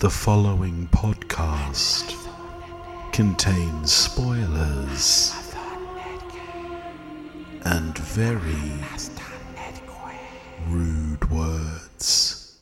The following podcast contains spoilers and very rude words.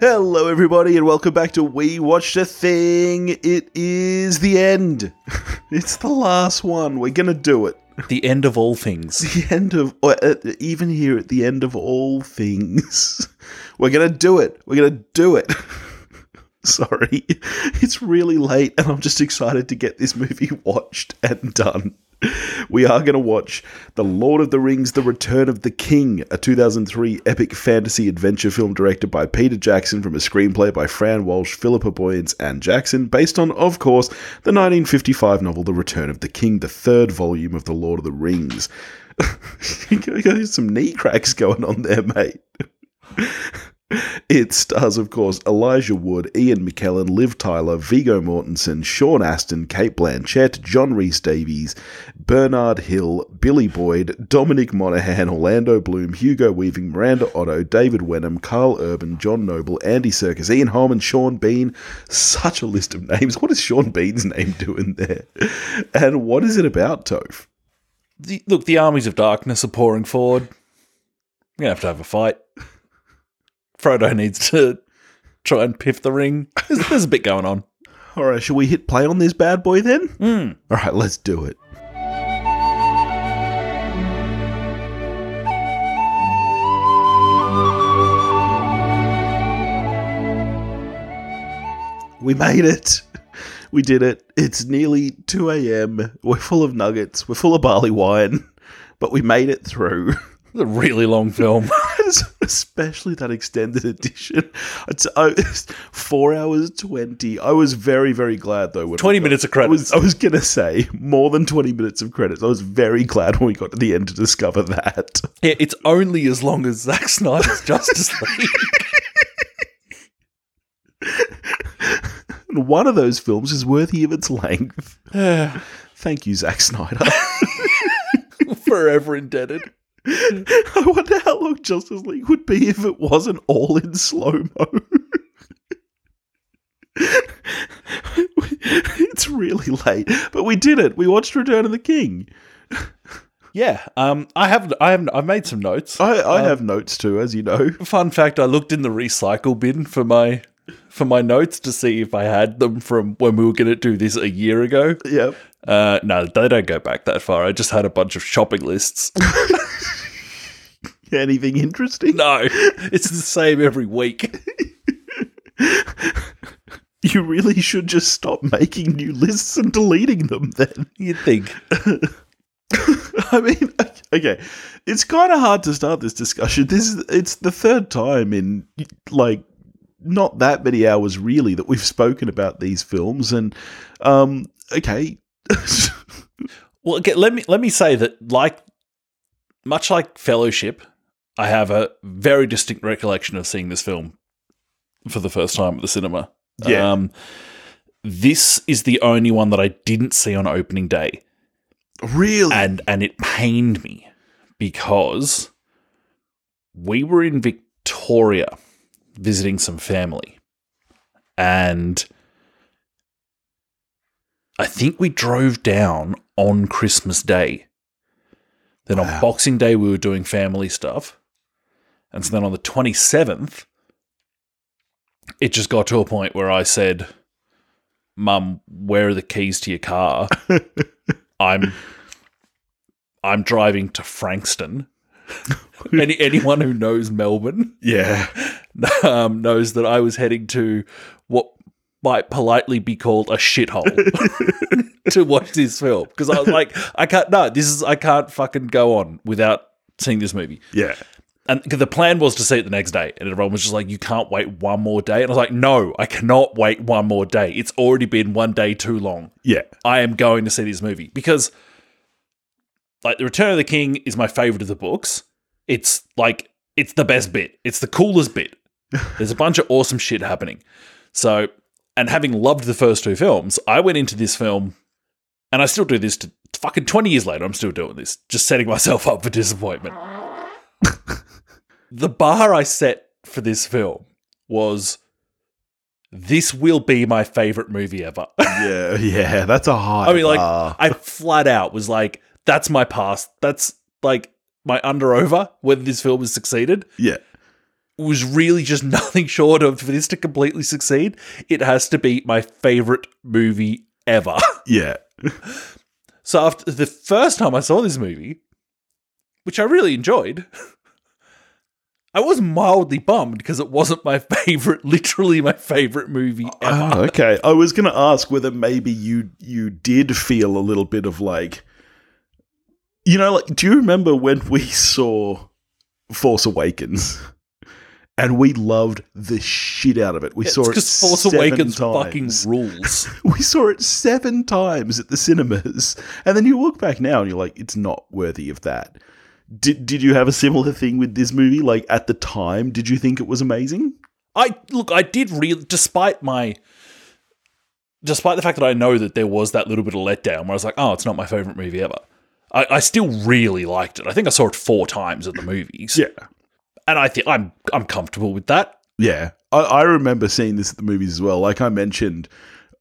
Hello, everybody, and welcome back to We Watched a Thing. It is the end. it's the last one. We're gonna do it. The end of all things. the end of, or uh, even here at the end of all things, we're gonna do it. We're gonna do it. Sorry, it's really late, and I'm just excited to get this movie watched and done. We are going to watch The Lord of the Rings The Return of the King, a 2003 epic fantasy adventure film directed by Peter Jackson from a screenplay by Fran Walsh, Philippa Boyens, and Jackson, based on, of course, the 1955 novel The Return of the King, the third volume of The Lord of the Rings. You got some knee cracks going on there, mate. It stars, of course, Elijah Wood, Ian McKellen, Liv Tyler, Vigo Mortensen, Sean Astin, Kate Blanchett, John Rhys Davies, Bernard Hill, Billy Boyd, Dominic Monaghan, Orlando Bloom, Hugo Weaving, Miranda Otto, David Wenham, Carl Urban, John Noble, Andy Serkis, Ian Holman, Sean Bean. Such a list of names. What is Sean Bean's name doing there? And what is it about, Toph? The, look, the armies of darkness are pouring forward. We're going to have to have a fight. Frodo needs to try and piff the ring. There's, there's a bit going on. All right, shall we hit play on this bad boy then? All right, let's do it. We made it. We did it. It's nearly 2 a.m. We're full of nuggets. We're full of barley wine. But we made it through. It's a really long film. Oh Especially that extended edition. It's, I, four hours 20. I was very, very glad though. When 20 minutes minutes. of I was credits. I was gonna say more than twenty minutes of credits. I was very glad when we got to the end to discover that. Yeah, it's only as long as Zack Snyder's Justice League. And one of those films is worthy of its length. Yeah. Thank you, Zack Snyder. Forever indebted. I wonder how long Justice League would be if it wasn't all in slow mo. it's really late, but we did it. We watched Return of the King. Yeah. Um, I have I have I've made some notes. I, I have notes too, as you know. Fun fact, I looked in the recycle bin for my for my notes to see if I had them from when we were going to do this a year ago. Yep. Uh, no, they don't go back that far. I just had a bunch of shopping lists. Anything interesting? no, it's the same every week. You really should just stop making new lists and deleting them then. You'd think. I mean, okay, it's kind of hard to start this discussion. This is it's the third time in like not that many hours really that we've spoken about these films and um okay, Well, okay, let me let me say that, like, much like Fellowship, I have a very distinct recollection of seeing this film for the first time at the cinema. Yeah. Um, this is the only one that I didn't see on opening day. really and and it pained me because we were in Victoria visiting some family and I think we drove down on Christmas Day. Then Wow. on Boxing Day we were doing family stuff. And so then on the 27th it just got to a point where I said mum, where are the keys to your car? I'm I'm driving to Frankston. Any anyone who knows Melbourne yeah, um, knows that I was heading to what might politely be called a shithole to watch this film because I was like, I can't. No, this is I can't fucking go on without seeing this movie. yeah. And 'cause the plan was to see it the next day, and everyone was just like, "You can't wait one more day." And I was like, "No, I cannot wait one more day. It's already been one day too long." Yeah. I am going to see this movie because, like, The Return of the King is my favorite of the books. It's like it's the best bit. It's the coolest bit. There's a bunch of awesome shit happening. So and having loved the first two films, I went into this film, and I still do this to fucking 20 years later. I'm still doing this, just setting myself up for disappointment. the bar I set for this film was this will be my favorite movie ever. Yeah, yeah, that's a high. I mean, like, bar. I flat out was like, that's my past. That's like my under over, whether this film has succeeded. yeah, was really just nothing short of for this to completely succeed. It has to be my favorite movie ever. yeah, so after the first time I saw this movie, which I really enjoyed, I was mildly bummed because it wasn't my favorite, literally my favorite movie ever. Oh, okay. I was going to ask whether maybe you you did feel a little bit of like, you know, like do you remember when we saw Force Awakens? And we loved the shit out of it. We saw it because Force seven Awakens fucking times. rules. We saw it seven times at the cinemas, and then you look back now and you're like, it's not worthy of that. Did Did you have a similar thing with this movie? Like at the time, did you think it was amazing? I look, I did really, despite my, despite the fact that I know that there was that little bit of letdown where I was like, oh, it's not my favorite movie ever. I, I still really liked it. I think I saw it four times at the movies, and I think I'm I'm comfortable with that. Yeah. I, I remember seeing this at the movies as well. Like I mentioned,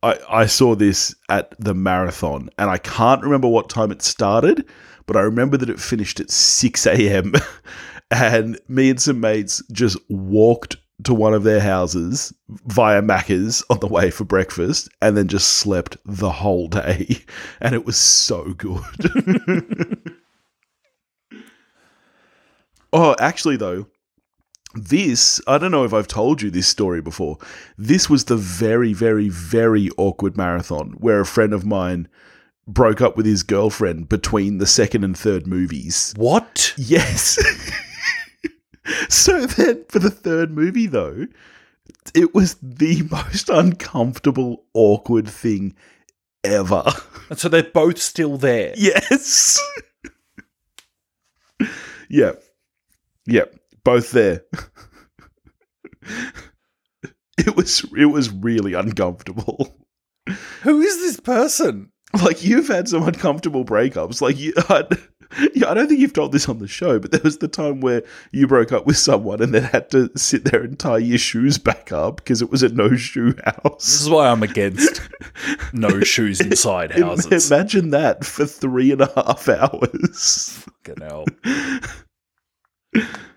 I, I saw this at the marathon and I can't remember what time it started, but I remember that it finished at 6 a.m. and me and some mates just walked to one of their houses via Macca's on the way for breakfast and then just slept the whole day. And it was so good. oh, actually, though, this i don't know if i've told you this story before this was the very very very awkward marathon where a friend of mine broke up with his girlfriend between the second and third movies What? yes so then for the third movie though it was the most uncomfortable awkward thing ever And so they're both still there. yes yeah yeah both there it was it was really uncomfortable Who is this person? like you've had some uncomfortable breakups like you I, yeah, I don't think you've told this on the show but there was the time where you broke up with someone and then had to sit there and tie your shoes back up because it was a no shoe This house is why I'm against no shoes inside houses. imagine that for three and a half hours Fucking hell.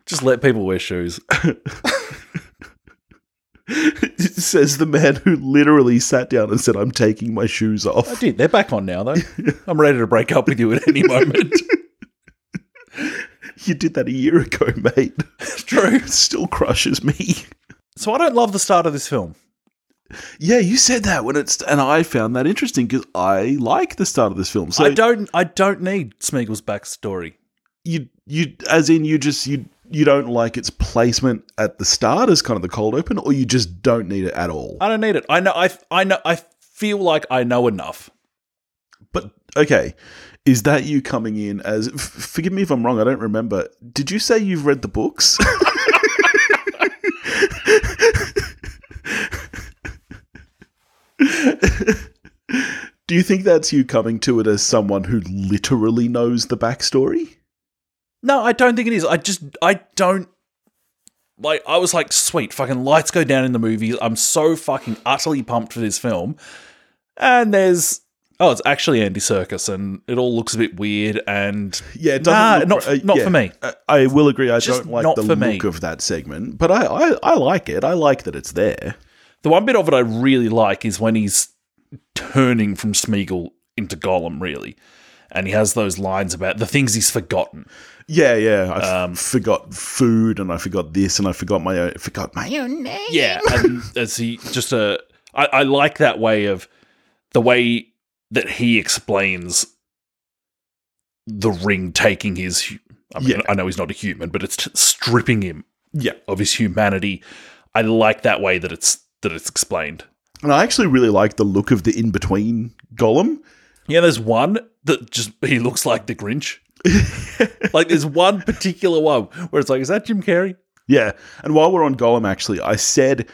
Just let people wear shoes. says the man who literally sat down and said i'm taking my shoes I off did. They're back on now, though. I'm ready to break up with you at any moment. you did that a year ago mate True. it still crushes me So I don't love the start of this film. yeah you said that when it's and i found that interesting because i like the start of this film so I don't. I don't need Smeagol's backstory. you you as in you just you you don't like its placement at the start as kind of the cold open or you just don't need it at all I don't need it. I know. I. I know. I feel like I know enough. but okay is that you coming in as f- forgive me if i'm wrong i don't remember did you say you've read the books do you think that's you coming to it as someone who literally knows the backstory No, I don't think it is. I just. I don't. Like I was like, sweet, fucking lights go down in the movie. I'm so fucking utterly pumped for this film. And there's. Oh, it's actually Andy Circus, and it all looks a bit weird. And yeah it doesn't nah, look not right- uh, not yeah. for me. I- I will agree. I Just don't like not the for look me. of that segment, but I, I, I like it. I like that it's there. The one bit of it I really like is when he's turning from Smeagol into Gollum, really. And he has those lines about the things he's forgotten. Yeah, yeah. I f- Um, forgot food, and I forgot this, and I forgot my own. Forgot my own name. Yeah. And as he just a, I, I like that way of the way that he explains the ring taking his. hu- I mean, Yeah. I know he's not a human, but it's t- stripping him Yeah. of his humanity. I like that way that it's that it's explained. And I actually really like the look of the in between golem. Yeah, there's one that just he looks like the Grinch. like there's one particular one where it's like, is that Jim Carrey? Yeah. And while we're on Gollum, actually, I said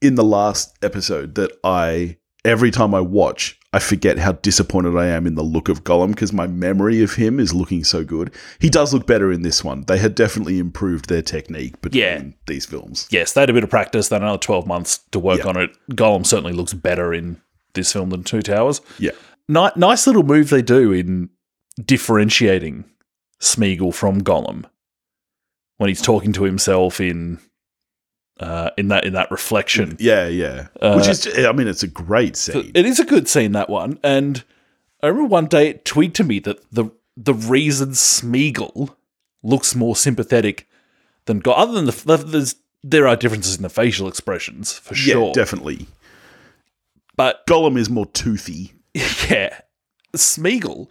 in the last episode that I every time I watch, I forget how disappointed I am in the look of Gollum because my memory of him is looking so good. He does look better in this one. They had definitely improved their technique between Yeah. these films. Yes, they had a bit of practice. They had another 12 months to work Yeah. on it. Gollum certainly looks better in this film than Two Towers. Yeah. Ni- nice little move they do in differentiating Smeagol from Gollum when he's talking to himself in uh, in that in that reflection. Yeah, yeah. Uh, Which is, I mean, it's a great scene. It is a good scene that one, and I remember one day it tweaked to me that the the reason Smeagol looks more sympathetic than Gollum, other than the, the there's there are differences in the facial expressions for sure, Yeah, definitely. but Gollum is more toothy. Yeah. Smeagol,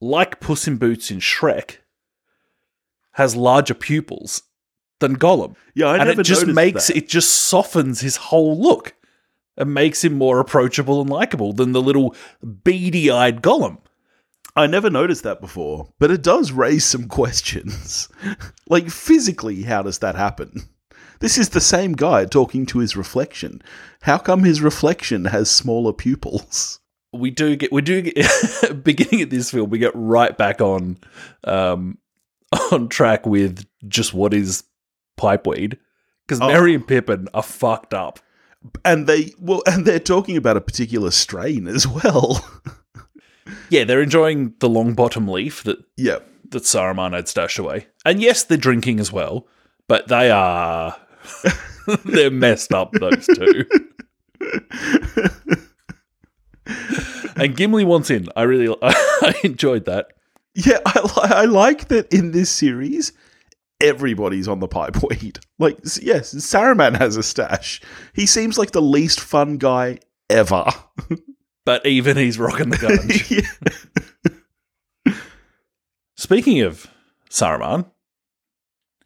like Puss in Boots in Shrek, has larger pupils than Gollum. Yeah, I and never it just noticed makes that. it just softens his whole look. and makes him more approachable and likable than the little beady eyed Gollum. I never noticed that before, but it does raise some questions. like physically, how does that happen? This is the same guy talking to his reflection. How come his reflection has smaller pupils? We do get we do get beginning at this film, we get right back on um on track with just what is pipeweed. Because Oh. Mary and Pippin are fucked up. And they well, and they're talking about a particular strain as well. Yeah, they're enjoying the long bottom leaf that, yeah, that Saruman had stashed away. And yes, they're drinking as well, but they are. they're messed up, those two. and Gimli wants in. I really I enjoyed that. yeah. I, li- I like that in this series, everybody's on the pipe weed. Like s- yes, Saruman has a stash. He seems like the least fun guy ever. But even he's rocking the gun. Yeah. Speaking of Saruman,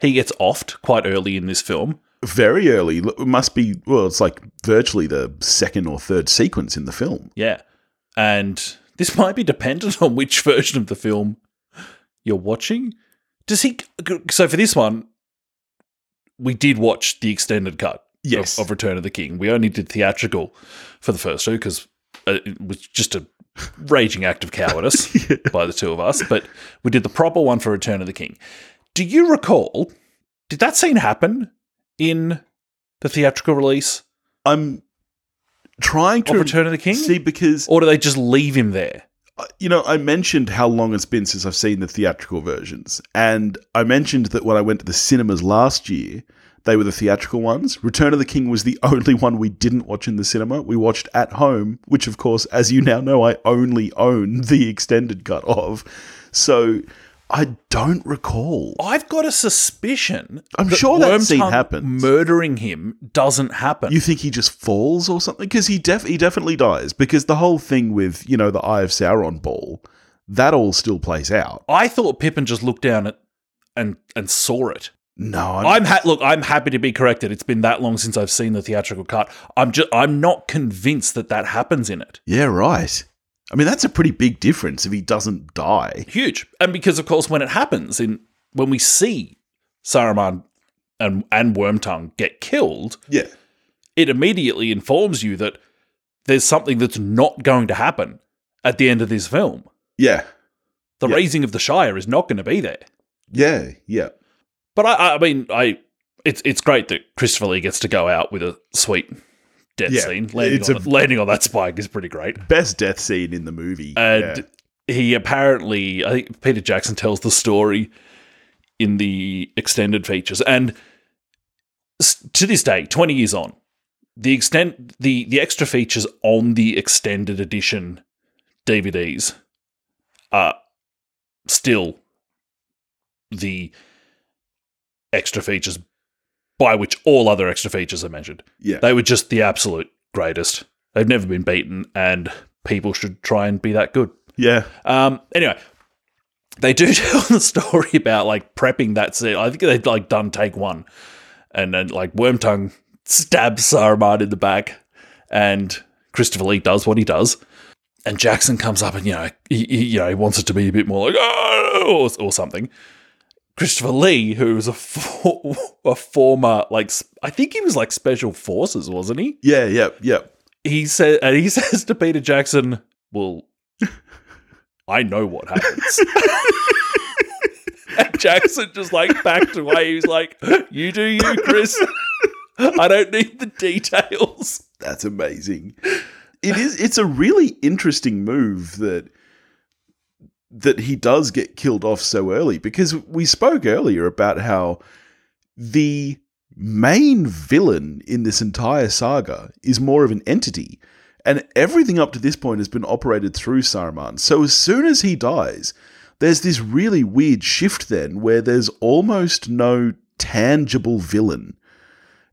he gets offed quite early in this film. very early. L- It must be well. It's like virtually the second or third sequence in the film. Yeah. And this might be dependent on which version of the film you're watching. Does he. So for this one, we did watch the extended cut of- Yes. of, Return of the King. We only did theatrical for the first two because it was just a raging act of cowardice by the two of us. But we did the proper one for Return of the King. Do you recall? Did that scene happen in the theatrical release I'm trying of to Return of the King? see because or do they just leave him there? uh, you know I mentioned how long it's been since I've seen the theatrical versions, and I mentioned that when I went to the cinemas last year, they were the theatrical ones. Return of the King was the only one we didn't watch in the cinema. We watched at home, which of course, as you now know, I only own the extended cut of. So I don't recall. I've got a suspicion. I'm sure that Wormtongue scene happens. Murdering him doesn't happen. You think he just falls or something? Because he def- he definitely dies. Because the whole thing with you know the Eye of Sauron ball, that all still plays out. I thought Pippin just looked down at and and saw it. No, I'm, I'm ha- look. I'm happy to be corrected. It's been that long since I've seen the theatrical cut. I'm just. I'm not convinced that that happens in it. yeah, right. I mean, that's a pretty big difference if he doesn't die. Huge, and because of course when it happens in when we see Saruman and and Wormtongue get killed, Yeah, it immediately informs you that there's something that's not going to happen at the end of this film. yeah, The Yeah. raising of the Shire is not going to be there. yeah, yeah, But I- I, I mean, I it's it's great that Christopher Lee gets to go out with a sweet death Yeah, scene. Landing, it's on, a- the- landing on that spike is pretty great. Best death scene in the movie. And Yeah. he apparently, I think Peter Jackson tells the story in the extended features, and s- to this day, twenty years on, the extent the the extra features on the extended edition DVDs are still the extra features by which all other extra features are measured. yeah, They were just the absolute greatest. They've never been beaten, and people should try and be that good. yeah, Um, anyway, they do tell the story about like prepping that scene. I think they'd like done take one, and then like Wormtongue stabs Saruman in the back, and Christopher Lee does what he does, and Jackson comes up and you know he, he- you know he wants it to be a bit more like oh or, or something. Christopher Lee, who was a for- a former like s- I think he was like special forces, wasn't he? Yeah, yep, yep. He said, and he says to Peter Jackson, "Well, I know what happens." and Jackson just like backed away. He was like, "You do you, Chris. I don't need the details." That's amazing. It is it's a really interesting move that that he does get killed off so early because we spoke earlier about how the main villain in this entire saga is more of an entity and everything up to this point has been operated through Saruman. So as soon as he dies, there's this really weird shift then where there's almost no tangible villain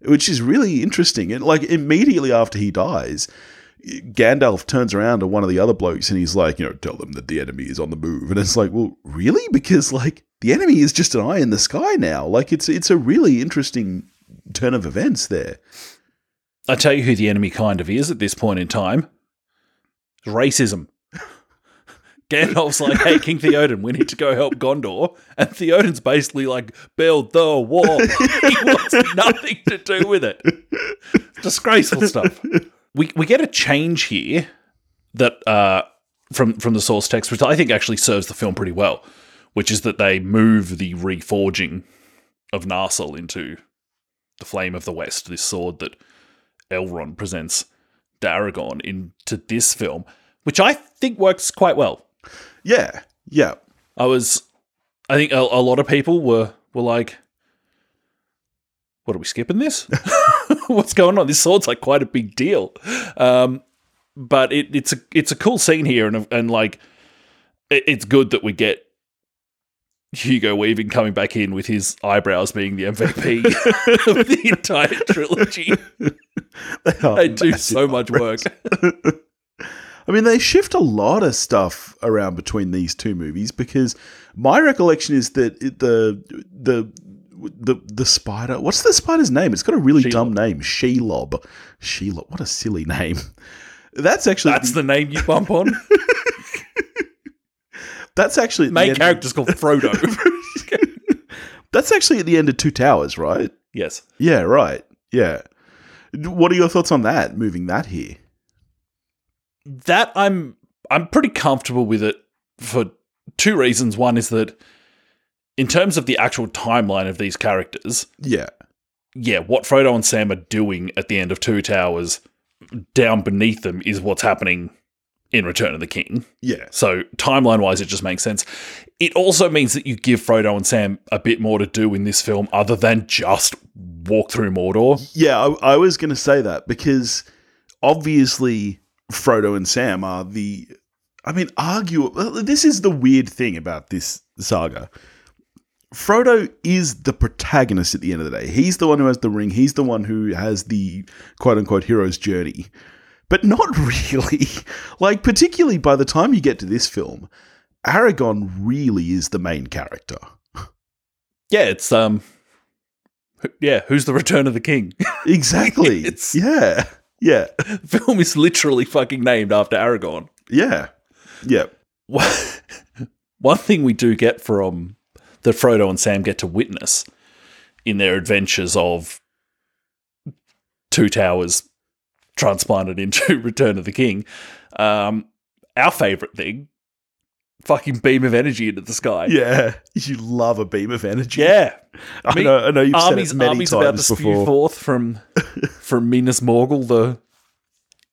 which is really interesting. And like immediately after he dies, Gandalf turns around to one of the other blokes and he's like, you know, tell them that the enemy is on the move. And it's like, well, really? Because like the enemy is just an eye in the sky now. Like it's it's a really interesting turn of events there. I tell you who the enemy kind of is at this point in time. Racism. Gandalf's like, hey, King Theoden, we need to go help Gondor. And Theoden's basically like, build the wall. he wants nothing to do with it. Disgraceful stuff. We, we get a change here that uh, from, from the source text, which I think actually serves the film pretty well, which is that they move the reforging of Narsil into the Flame of the West, this sword that Elrond presents Daragon into this film, which I think works quite well. Yeah. Yeah. I was, I think a, a lot of people were were like, "What are we skipping this? What's going on? This sword's like quite a big deal." Um, but it, it's a it's a cool scene here, and and like, it, it's good that we get Hugo Weaving coming back in with his eyebrows being the MVP of the entire trilogy. They, are They do massive so much work. I mean, they shift a lot of stuff around between these two movies because my recollection is that it- the the the the spider. What's the spider's name? It's got a really dumb name, Shelob. Shelob. What a silly name. That's actually That's the name you bump on. that's actually at the Main end- character's called Frodo. That's actually at the end of Two Towers, right? yes. Yeah, right. Yeah. What are your thoughts on that? Moving that here. That I'm I'm pretty comfortable with it for two reasons. One is that in terms of the actual timeline of these characters, Yeah. yeah, what Frodo and Sam are doing at the end of Two Towers down beneath them is what's happening in Return of the King. Yeah. So timeline wise, it just makes sense. It also means that you give Frodo and Sam a bit more to do in this film other than just walk through Mordor. Yeah, I, I was going to say that because obviously Frodo and Sam are the. I mean, arguable. This is the weird thing about this saga. Frodo is the protagonist at the end of the day. He's the one who has the ring. He's the one who has the quote unquote hero's journey. But not really. Like, particularly by the time you get to this film, Aragon really is the main character. Yeah, it's um wh- yeah, who's the return of the king? Exactly. It's- yeah. Yeah. the film is literally fucking named after Aragorn. Yeah. Yeah. Wha- One thing we do get from that Frodo and Sam get to witness in their adventures of Two Towers transplanted into Return of the King, um, our favorite thing, fucking beam of energy into the sky. Yeah, you love a beam of energy. Yeah. I Me- know. I know you've armies, said it many armies about to times spew before. forth from from Minas Morgul, the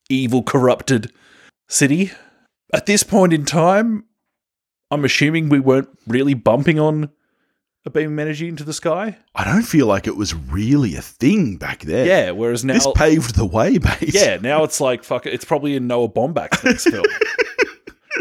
evil, corrupted city. At this point in time, I'm assuming we weren't really bumping on a beam of energy into the sky. I don't feel like it was really a thing back then. Yeah, whereas now, this paved the way, mate. yeah, now it's like fuck. it, It's probably in Noah Baumbach's next film.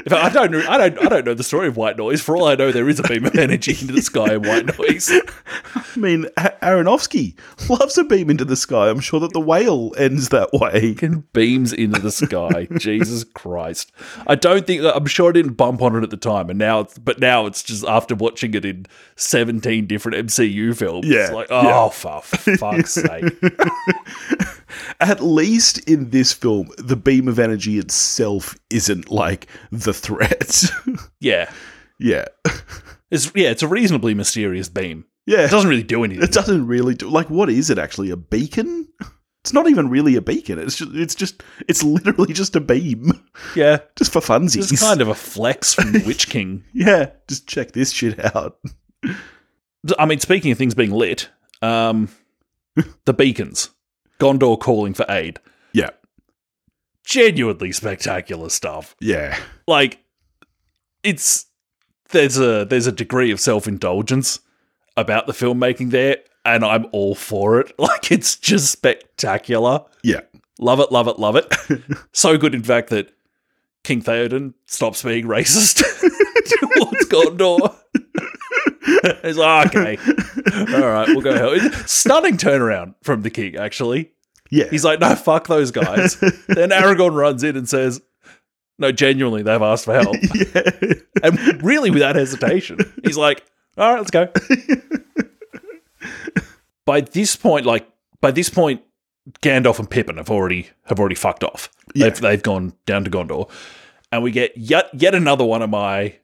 If I I don't, know- I don't, I don't know the story of White Noise. For all I know, there is a beam of energy into the sky in White Noise. I mean, A- Aronofsky loves a beam into the sky. I'm sure that the whale ends that way. fucking beams into the sky. Jesus Christ! I don't think I'm sure I didn't bump on it at the time, and now, it's, but now it's just after watching it in 17 different MCU films. it's Yeah, like oh yeah. for fuck's sake! At least in this film, the beam of energy itself isn't like the threat. Yeah, yeah, It's yeah, it's a reasonably mysterious beam. Yeah. It doesn't really do anything. It doesn't really do like what is it actually? A beacon? It's not even really a beacon. It's just it's just it's literally just a beam. yeah, Just for funsies. it's kind of a flex from Witch King. yeah. Just check this shit out. I mean, speaking of things being lit, um, the beacons, Gondor calling for aid, Yeah. genuinely spectacular stuff. Yeah. Like, it's there's a there's a degree of self indulgence about the filmmaking there, and I'm all for it. Like, it's just spectacular. Yeah. Love it, love it, love it. so good, in fact, that King Theoden stops being racist towards Gondor. He's like, okay, all right, we'll go help. Stunning turnaround from the king, actually. Yeah. He's like, no, fuck those guys. then Aragorn runs in and says, no, genuinely, they've asked for help. yeah. And really, without hesitation, he's like, all right, let's go. by this point, like, by this point, Gandalf and Pippin have already have already fucked off. Yeah. They've, they've gone down to Gondor, and we get yet yet another one of my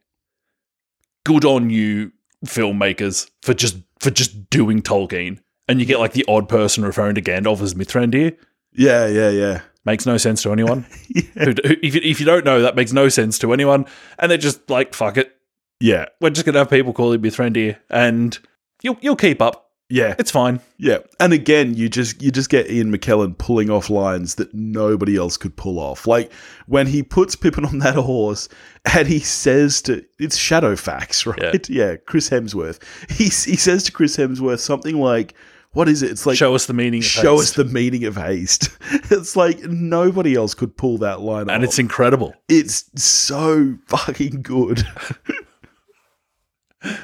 good on you filmmakers for just for just doing Tolkien. And you get like the odd person referring to Gandalf as Mithrandir. Yeah, yeah, yeah. Makes no sense to anyone. Yeah. who, who, if, you, if you don't know, that makes no sense to anyone. And they're just like, fuck it, Yeah. we're just gonna have people call him Mithrandir, and you'll you'll keep up. Yeah. It's fine. Yeah. And again, you just you just get Ian McKellen pulling off lines that nobody else could pull off. Like when he puts Pippin on that horse and he says to it's Shadowfax, right? Yeah. Chris Hemsworth. He he says to Chris Hemsworth something like, "What is it? It's like." show us the meaning. Of Show haste. us the meaning of haste. It's like nobody else could pull that line and off. it's incredible. it's so fucking good.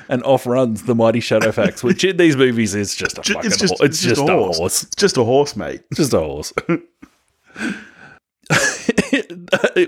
And off runs the mighty Shadowfax, which in these movies is just a Ju- fucking horse. It's, just, a horse. It's just a horse, mate. It's Just a horse.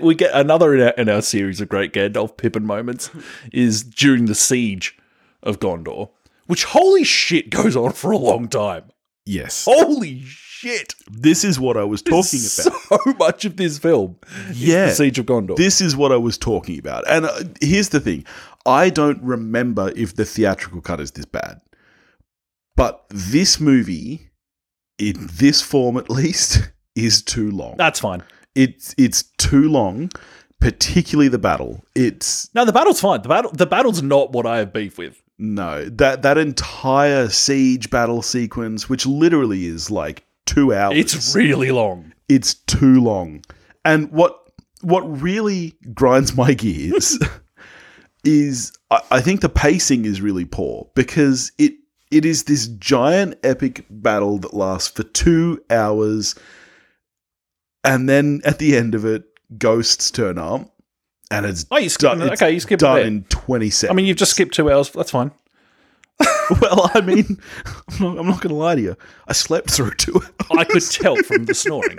we get another in our, in our series of great Gandalf Pippin moments is during the siege of Gondor, which holy shit goes on for a long time. Yes. Holy shit! Oh, This is what I was talking about. so much of this film. is Yeah. the siege of Gondor. This is what I was talking about. And uh, here's the thing I don't remember if the theatrical cut is this bad. But this movie, in this form at least, is too long. That's fine. It's, it's too long, particularly the battle. It's No, the battle's fine. The battle, the battle's not what I have beef with. no, that, that entire siege battle sequence, which literally is like two hours. It's really long. it's too long. And what what really grinds my gears is I, I think the pacing is really poor because it it is this giant epic battle that lasts for two hours, and then at the end of it, ghosts turn up, and it's Oh, you skipped. Done- it's okay, you skipped a done bit. in twenty I seconds. mean, you've just skipped two hours. That's fine. well, I mean, I'm not, I'm not going to lie to you. I slept through two hours. I could tell from the snoring.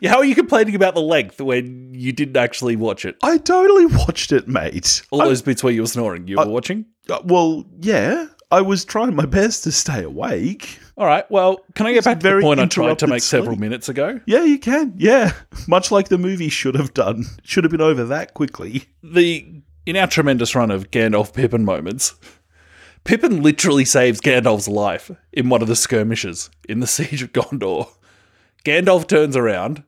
Yeah, How are you complaining about the length when you didn't actually watch it? I totally watched it, mate. All I- those bits where you were snoring, you were watching. Uh, well, yeah, I was trying my best to stay awake. All right. Well, can I get back to the very point I tried to interrupted make several sleep. minutes ago? Yeah, you can. Yeah, much like the movie should have done. Should have been over that quickly. the in our tremendous run of Gandalf Pippin moments, Pippin literally saves Gandalf's life in one of the skirmishes in the siege of Gondor. Gandalf turns around,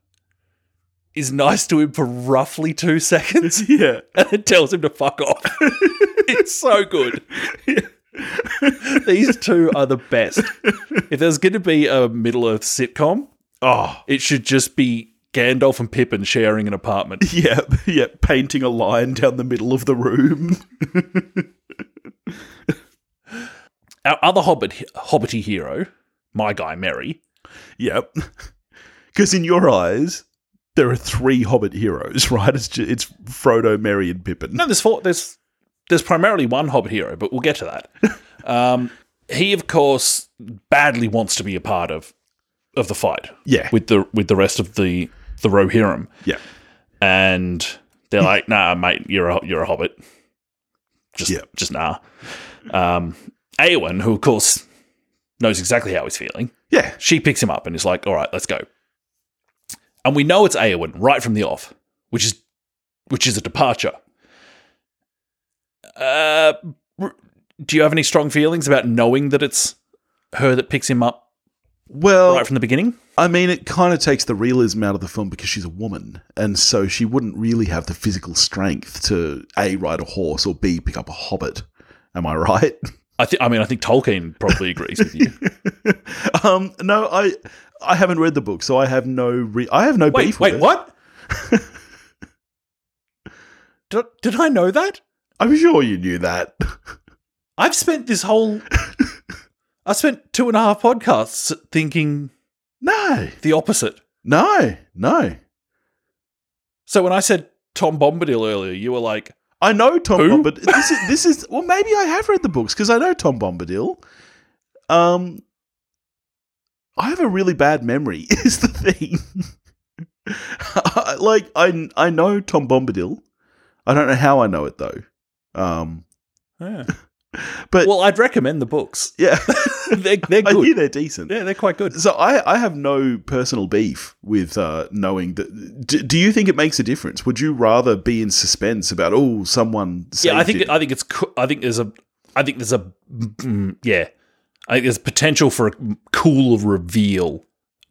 is nice to him for roughly two seconds, Yeah, and then tells him to fuck off. it's so good. These two are the best. If there's going to be a Middle Earth sitcom, Oh, it should just be Gandalf and Pippin sharing an apartment. yeah, yeah. Painting a line down the middle of the room. our other hobbit hobbity hero, my guy Merry. Yep. Because in your eyes, there are three Hobbit heroes, right? It's ju it's Frodo, Merry, and Pippin. No, there's four. There's there's primarily one hobbit hero, but we'll get to that. Um, he, of course, badly wants to be a part of of the fight Yeah, with the with the rest of the the Rohirrim, yeah, and they're like, "Nah, mate, you're a you're a hobbit. Just Yeah. just nah." Um, Aowen, who of course knows exactly how he's feeling, yeah, she picks him up and is like, "All right, let's go." And we know it's Aowen right from the off, which is which is a departure. Uh, r- do you have any strong feelings about knowing that it's her that picks him up Well, right from the beginning? I mean, it kind of takes the realism out of the film because she's a woman, and so she wouldn't really have the physical strength to a ride a horse or b pick up a hobbit. Am I right? I think. I mean, I think Tolkien probably agrees with you. um, no, I I haven't read the book, so I have no re- I have no wait, beef. wait, with it. what? did, did I know that? I'm sure you knew that. I've spent this whole. I spent two and a half podcasts thinking No, the opposite. no, no. So when I said Tom Bombadil earlier, you were like, I know Tom Who? Bombadil. This is, this is well, maybe I have read the books because I know Tom Bombadil. Um, I have a really bad memory. Is the thing like I I know Tom Bombadil. I don't know how I know it though. Um, "Yeah." but "Well, I'd recommend the books. yeah, they're they're I hear good. they're decent. Yeah, they're quite good." So I, I have no personal beef with uh, knowing that. Do, do you think it makes a difference? Would you rather be in suspense about oh someone? Yeah, I saved think him? I think it's co- I think there's a I think there's a mm, yeah, I think there's potential for a cool reveal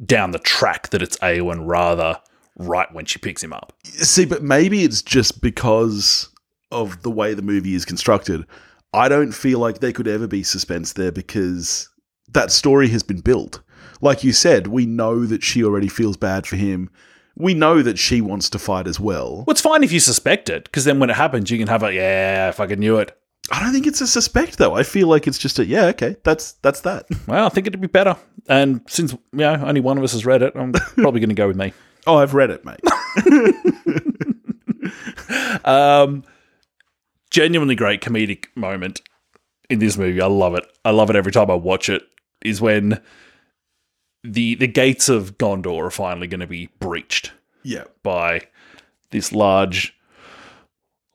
down the track that it's Aowen rather right when she picks him up. See, but maybe it's just because of the way the movie is constructed. I don't feel like there could ever be suspense there because that story has been built. Like you said, we know that she already feels bad for him. We know that she wants to fight as well. Well, it's fine if you suspect it because then when it happens, you can have a yeah, I fucking knew it. I don't think it's a suspect though. I feel like it's just a yeah, okay, that's that's that. Well, I think it'd be better. And since you know, only one of us has read it, I'm probably going to go with me. Oh, I've read it, mate. Um, genuinely great comedic moment in this movie. I love it. I love it every time I watch it. Is when the the gates of Gondor are finally going to be breached yeah. by this large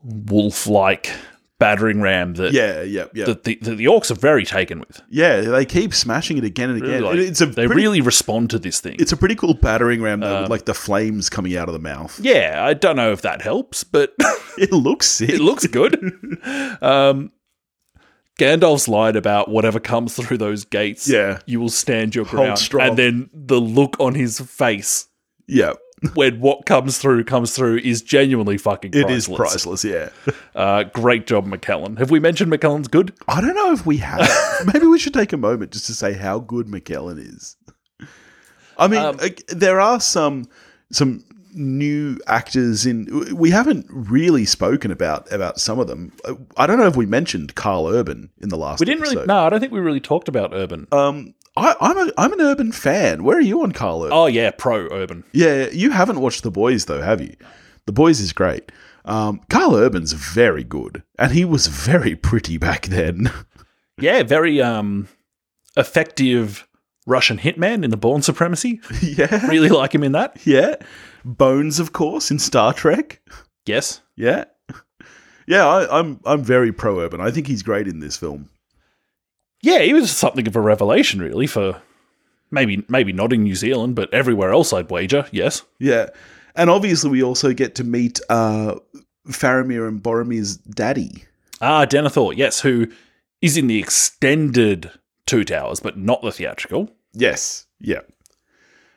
wolf like battering ram that Yeah, yeah, yeah. that the, that the orcs are very taken with. yeah, they keep smashing it again and again. Like, it's a they pretty, really respond to this thing. it's a pretty cool battering ram though, with like the flames coming out of the mouth. yeah, I don't know if that helps, but It looks sick. it looks good. um, Gandalf's line about whatever comes through those gates, Yeah. you will stand your ground. strong. And then the look on his face Yeah, when what comes through comes through is genuinely fucking it priceless. is priceless. Yeah, Uh, great job, McKellen. Have we mentioned McKellen's good? I don't know if we have. Maybe we should take a moment just to say how good McKellen is. I mean, Um, like, there are some some new actors in. We haven't really spoken about about some of them. I don't know if we mentioned Carl Urban in the last. We didn't really. episode. No, I don't think we really talked about Urban. Um, I, I'm a I'm an Urban fan. Where are you on Carl Urban? oh yeah, pro Urban. Yeah, you haven't watched The Boys though, have you? The Boys is great. Um, Carl Urban's very good, and he was very pretty back then. Yeah, very um, effective Russian hitman in the Born Supremacy. yeah, Really like him in that. yeah. Bones, of course, in Star Trek. Yes. Yeah, yeah. I, I'm I'm very pro Urban. I think he's great in this film. yeah, he was something of a revelation, really, for maybe maybe not in New Zealand, but everywhere else, I'd wager. Yes, Yeah, and obviously we also get to meet uh, Faramir and Boromir's daddy. ah, Denethor, yes, who is in the extended Two Towers, but not the theatrical, Yes. Yeah.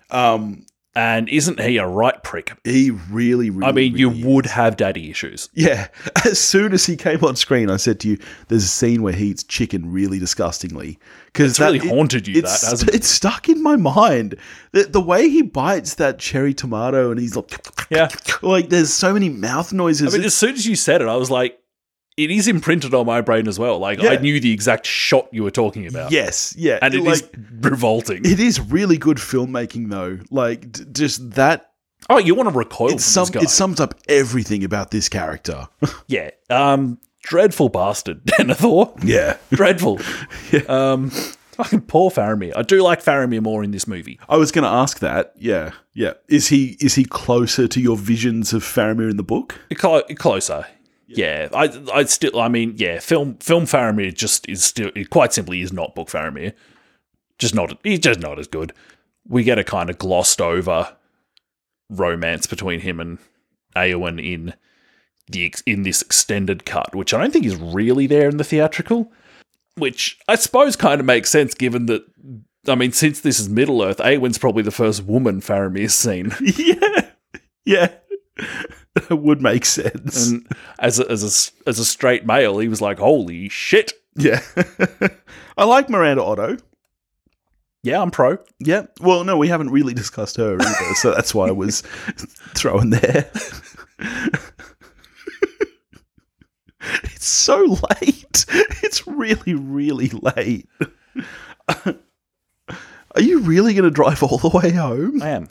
Um, and isn't he a right prick? he really, really. I mean, you really would have daddy issues. Yeah. As soon as he came on screen, I said to you, there's a scene where he eats chicken really disgustingly. Because It's really haunted you, that hasn't it? It's stuck in my mind. The, the way he bites that cherry tomato and he's like, Yeah, like there's so many mouth noises. I mean, as soon as you said it, I was like, it is imprinted on my brain as well. Like, I Yeah. knew the exact shot you were talking about, yes. Yeah. and it like, is revolting. It is really good filmmaking, though. Like, d- just that. oh, you want to recoil from It, sum- this guy? it sums up everything about this character. yeah, um, dreadful bastard, Denethor. yeah. dreadful. Um, fucking poor Faramir. I do like Faramir more in this movie. I was going to ask that. Yeah, yeah. Is he is he closer to your visions of Faramir in the book? Clo- closer. Yeah, I, I still, I mean, yeah, film, film Faramir just is still, it quite simply is not book Faramir. Just not, he's just not as good. We get a kind of glossed over romance between him and Eowyn in the ex- in this extended cut, which I don't think is really there in the theatrical. Which I suppose kind of makes sense given that I mean, since this is Middle Earth, Awen's probably the first woman Faramir's seen. yeah, yeah, that would make sense. And as a, as a, as a straight male, he was like, "Holy shit!" yeah, I like Miranda Otto. Yeah, I'm pro. Yeah, well, no, we haven't really discussed her either, so that's why I was thrown there. it's so late. It's really, really late. Are you really going to drive all the way home? I am.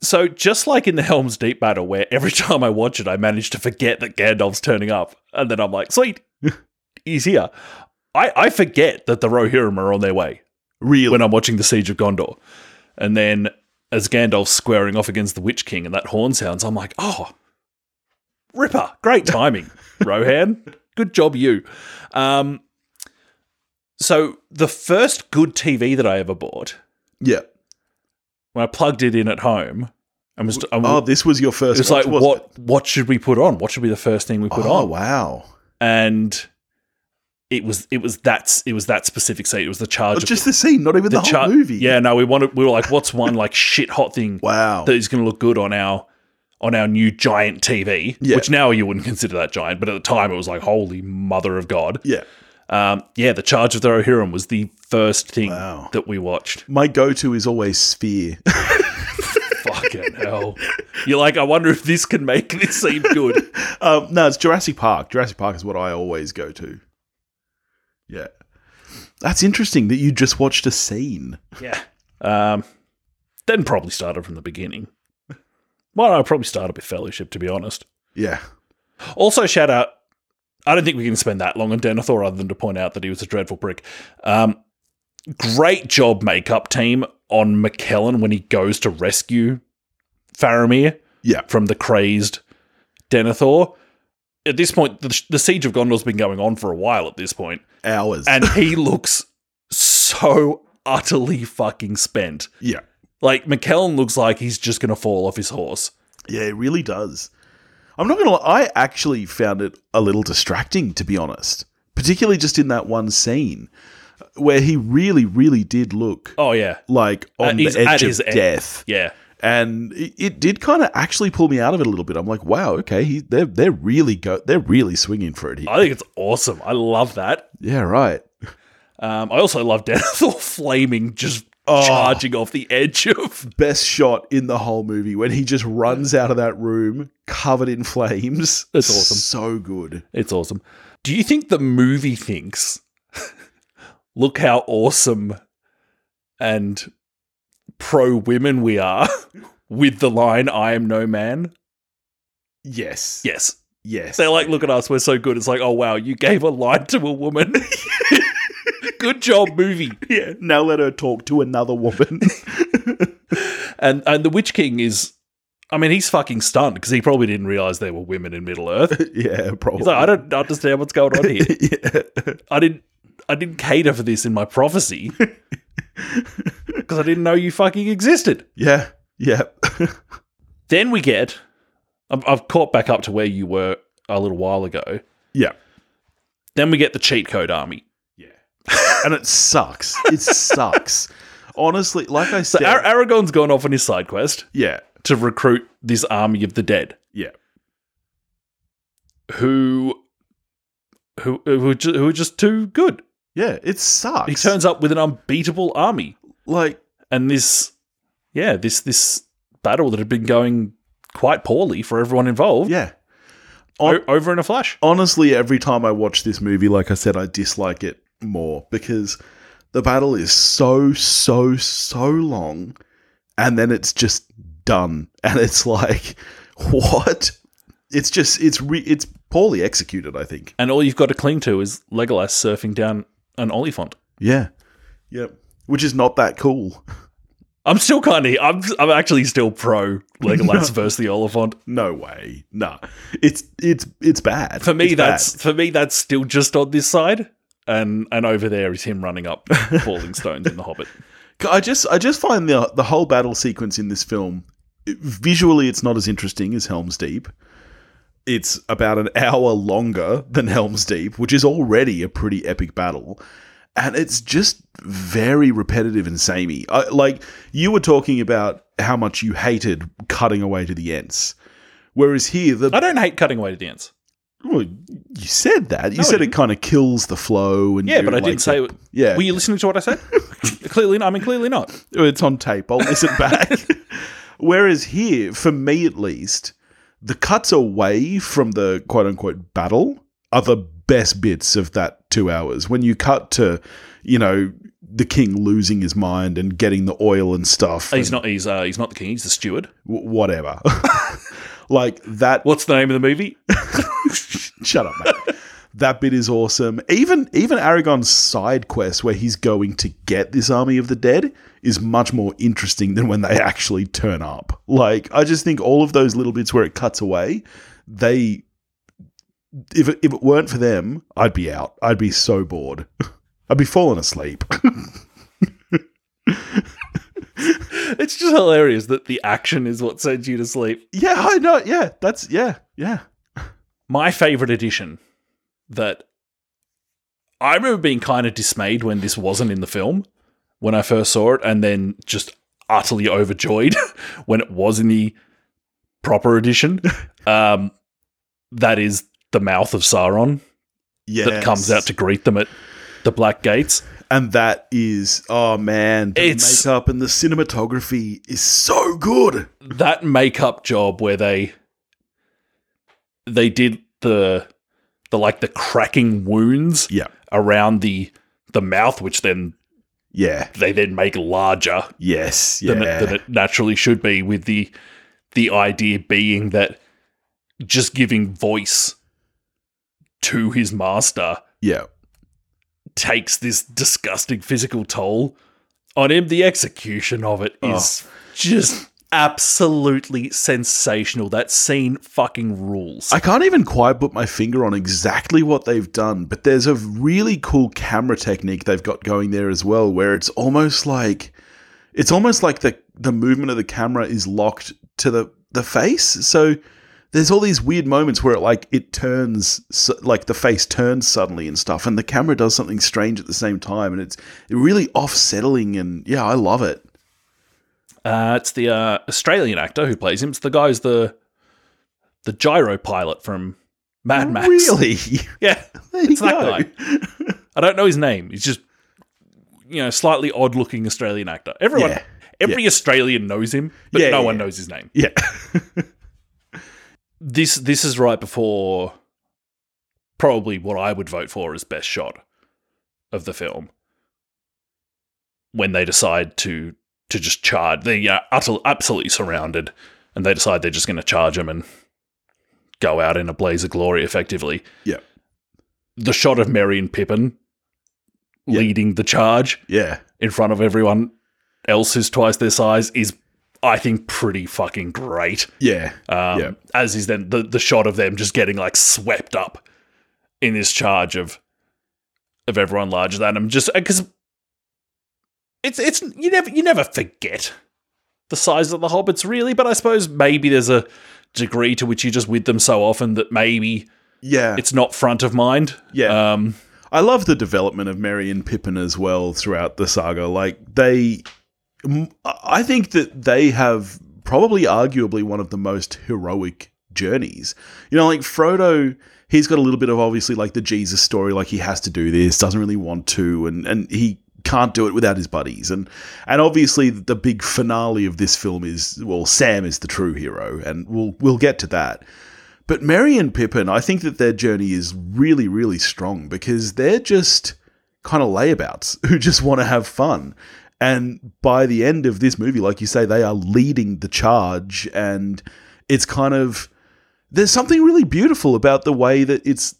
So just like in the Helm's Deep battle, where every time I watch it, I manage to forget that Gandalf's turning up, and then I'm like, "Sweet, he's here." I, I forget that the Rohirrim are on their way Really? when I'm watching the Siege of Gondor, and then as Gandalf's squaring off against the Witch King and that horn sounds, I'm like, "Oh, Ripper, great timing, Rohan, good job you." Um, so the first good TV that I ever bought yeah. when I plugged it in at home, I was, I Oh, this was your first. it was watch, Um, like, wasn't what what should we put on? What should be the first thing we it? put oh, on? wow. And it was it was that it was that specific scene. It was the charge. It's of just the scene, not even the, whole char- movie. Yeah, no, we wanted. We were like, what's one like shit hot thing Wow. that is going to look good on our on our new giant TV? Yeah. Which now you wouldn't consider that giant, but at the time it was like, holy mother of God. yeah. Um, yeah, the charge of the Rohirrim was the first thing Wow. that we watched. My go-to is always Sphere. Fucking hell! You're like, I wonder if this can make this seem good. um, no, it's Jurassic Park. Jurassic Park is what I always go to. Yeah. That's interesting that you just watched a scene. Yeah. Um, then probably started from the beginning. Well, I probably started with Fellowship, to be honest. Yeah. Also, shout out. I don't think we can spend that long on Denethor other than to point out that he was a dreadful prick. Um, great job, makeup team, on McKellen when he goes to rescue Faramir Yeah. from the crazed Denethor. At this point, the, the Siege of Gondor's been going on for a while at this point, Hours. and he looks so utterly fucking spent. yeah. Like McKellen looks like he's just gonna fall off his horse. Yeah, it really does. I'm not gonna lie, I actually found it a little distracting, to be honest. Particularly just in that one scene where he really, really did look Oh yeah, like At on his- the at edge his of end. death. yeah, and it, it did kind of actually pull me out of it a little bit. I'm like, wow, okay, he, they're they're really go, they're really swinging for it here. I think it's awesome. I love that. yeah, right. Um, I also love Denethor flaming, just Oh. charging off the edge of. Best shot in the whole movie when he just runs out of that room covered in flames. That's awesome. So good. It's awesome. Do you think the movie thinks? Look how awesome and pro women we are with the line "I am no man." Yes. Yes, Yes. They're like, look at us, we're so good. It's like, oh wow, you gave a line to a woman. good job, movie. yeah. Now let her talk to another woman. And and the Witch King is, I mean, he's fucking stunned because he probably didn't realize there were women in Middle Earth. yeah, probably. He's like, I don't understand what's going on here. yeah. I didn't. I didn't cater for this in my prophecy because I didn't know you fucking existed. Yeah. Yeah. Then we get, I've, I've caught back up to where you were a little while ago. Yeah. Then we get the cheat code army. Yeah. and it sucks. It sucks. Honestly, like I So said, Ar- Aragorn's gone off on his side quest. yeah, to recruit this army of the dead yeah, who who who, are ju- who are just too good. yeah. It sucks. He turns up with an unbeatable army, like and this yeah this this battle that had been going quite poorly for everyone involved yeah o- over in a flash. honestly every time i watch this movie like i said i dislike it more because the battle is so so so long and then it's just done and it's like what it's just it's re- it's poorly executed i think And all you've got to cling to is Legolas surfing down an olifant. yeah yep which is not that cool I'm still kind of I'm I'm actually still pro Legolas versus the olifant. no way nah it's it's it's bad For me, It's that's bad. for me that's still just on this side, and and over there is him running up falling stones in the Hobbit. I just I just find the the whole battle sequence in this film visually it's not as interesting as Helm's Deep. It's about an hour longer than Helm's Deep, which is already a pretty epic battle. And it's just very repetitive and samey. I, like, you were talking about how much you hated cutting away to the ends. Whereas here, the. I don't hate cutting away to the ends. Well, you said that. You No, I said it didn't. kind of kills the flow. and Yeah, you're but I like- didn't say. Yeah. Were you listening to what I said? clearly, not. I mean, clearly not. Oh, It's on tape. I'll listen back. Whereas here, for me at least, the cuts away from the quote unquote battle are the best bits of that two hours. When you cut to, you know, the king losing his mind and getting the oil and stuff. He's and not. He's uh, he's not the king. He's the steward. w- whatever. like that. What's the name of the movie? Shut up, mate. That bit is awesome. Even even Aragon's side quest where he's going to get this army of the dead is much more interesting than when they actually turn up. Like I just think all of those little bits where it cuts away, they if it, if it weren't for them, I'd be out. I'd be so bored. I'd be falling asleep. It's just hilarious that the action is what sends you to sleep. yeah, I know. Yeah, that's yeah, yeah. My favorite edition that I remember being kind of dismayed when this wasn't in the film when I first saw it, and then just utterly overjoyed when it was in the proper edition. Um, that is the mouth of Sauron Yeah. that comes out to greet them at the Black Gates. And that is oh man, the It's- makeup and the cinematography is so good. that makeup job where they they did the the like the cracking wounds Yeah. around the the mouth, which then Yeah. they then make larger Yes. than, it, than it naturally should be, with the the idea being that just giving voice to his master yeah. takes this disgusting physical toll on him. The execution of it Oh. is just absolutely sensational. That scene fucking rules. I can't even quite put my finger on exactly what they've done, but there's a really cool camera technique they've got going there as well, where it's almost like it's almost like the the movement of the camera is locked to the the face. So there's all these weird moments where it like it turns su- like the face turns suddenly and stuff, and the camera does something strange at the same time, and it's really off-settling. And yeah, I love it. uh, it's the uh, Australian actor who plays him. It's the guy who's the the gyro pilot from Mad Max. Really? Yeah. There you It's that go. I don't know his name. He's just you know slightly odd looking Australian actor. Everyone. Yeah. Every Australian knows him, but Yeah, no yeah, one yeah. knows his name. Yeah. this this is right before probably what I would vote for as best shot of the film when they decide to to just charge they are utter, absolutely surrounded and they decide they're just going to charge him and go out in a blaze of glory effectively Yeah. the shot of Merry and Pippin Yeah. leading the charge Yeah. in front of everyone else who's twice their size is I think pretty fucking great Yeah. um, Yeah. As is then the, the shot of them just getting like swept up in this charge of of everyone larger than them, just because it's it's you never you never forget the size of the hobbits really, but I suppose maybe there's a degree to which you're just with them so often that maybe Yeah. it's not front of mind. Yeah. Um, I love the development of Merry and Pippin as well throughout the saga. Like they, m- I think that they have probably arguably one of the most heroic journeys. You know, like Frodo, he's got a little bit of obviously like the Jesus story, like he has to do this, doesn't really want to, and and he can't do it without his buddies. And and obviously the big finale of this film is well, Sam is the true hero, and we'll we'll get to that. But Merry and Pippin, I think that their journey is really, really strong because they're just kind of layabouts who just want to have fun. And by the end of this movie, like you say, they are leading the charge. And it's kind of, there's something really beautiful about the way that it's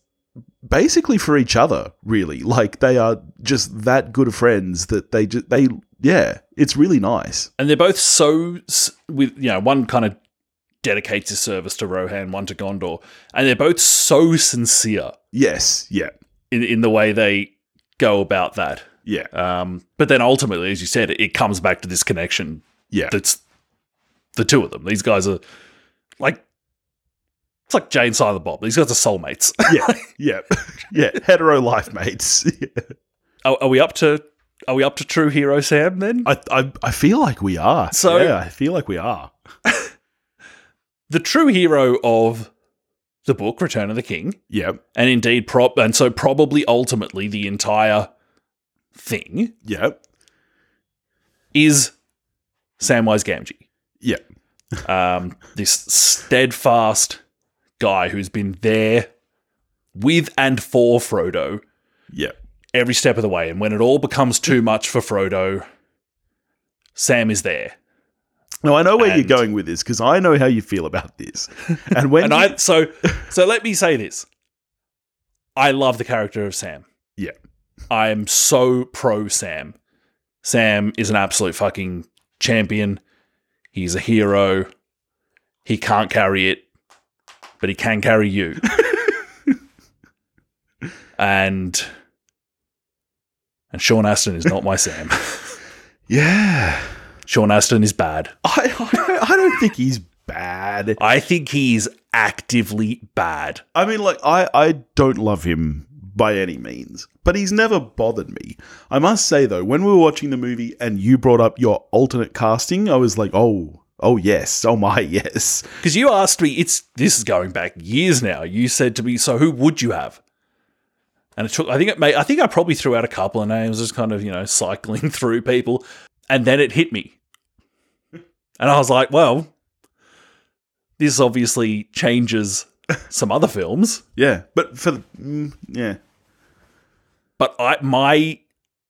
basically for each other, really. Like they are just that good of friends that they just, they, yeah, it's really nice. and they're both so s- with you know one kind of dedicates his service to Rohan, one to Gondor, and they're both so sincere Yes. Yeah. in in the way they go about that. Yeah. Um, but then ultimately, as you said, it, it comes back to this connection Yeah. that's the two of them. These guys are like It's like Jane Silent Bob. These guys are soulmates. Yeah, yeah, yeah. Hetero life mates. Yeah. are, are we up to are we up to true hero Sam then? I, I I feel like we are. So- yeah, I feel like we are. the true hero of the book Return of the King Yeah, and indeed prop and so probably ultimately the entire thing yeah, is Samwise Gamgee. yeah, Um, this steadfast guy who's been there with and for Frodo yeah, every step of the way. And when it all becomes too much for Frodo, Sam is there. Now I know where you're And- going with this because I know how you feel about this. And when And you- I so so let me say this. I love the character of Sam. Yeah. I am so pro Sam. Sam is an absolute fucking champion. He's a hero. He can't carry it, but he can carry you. and and Sean Aston is not my Sam. yeah, Sean Aston is bad. I I don't, I don't think he's bad. I think he's actively bad. I mean, like I I don't love him by any means, but he's never bothered me. I must say though, when we were watching the movie and you brought up your alternate casting, I was like, oh. Oh yes! Oh my yes! Because you asked me, it's this is going back years now. You said to me, so who would you have? And it took, I think it may, I think I probably threw out a couple of names, just kind of you know cycling through people, and then it hit me, and I was like, well, this obviously changes some other films, Yeah, but for the mm, yeah, but I my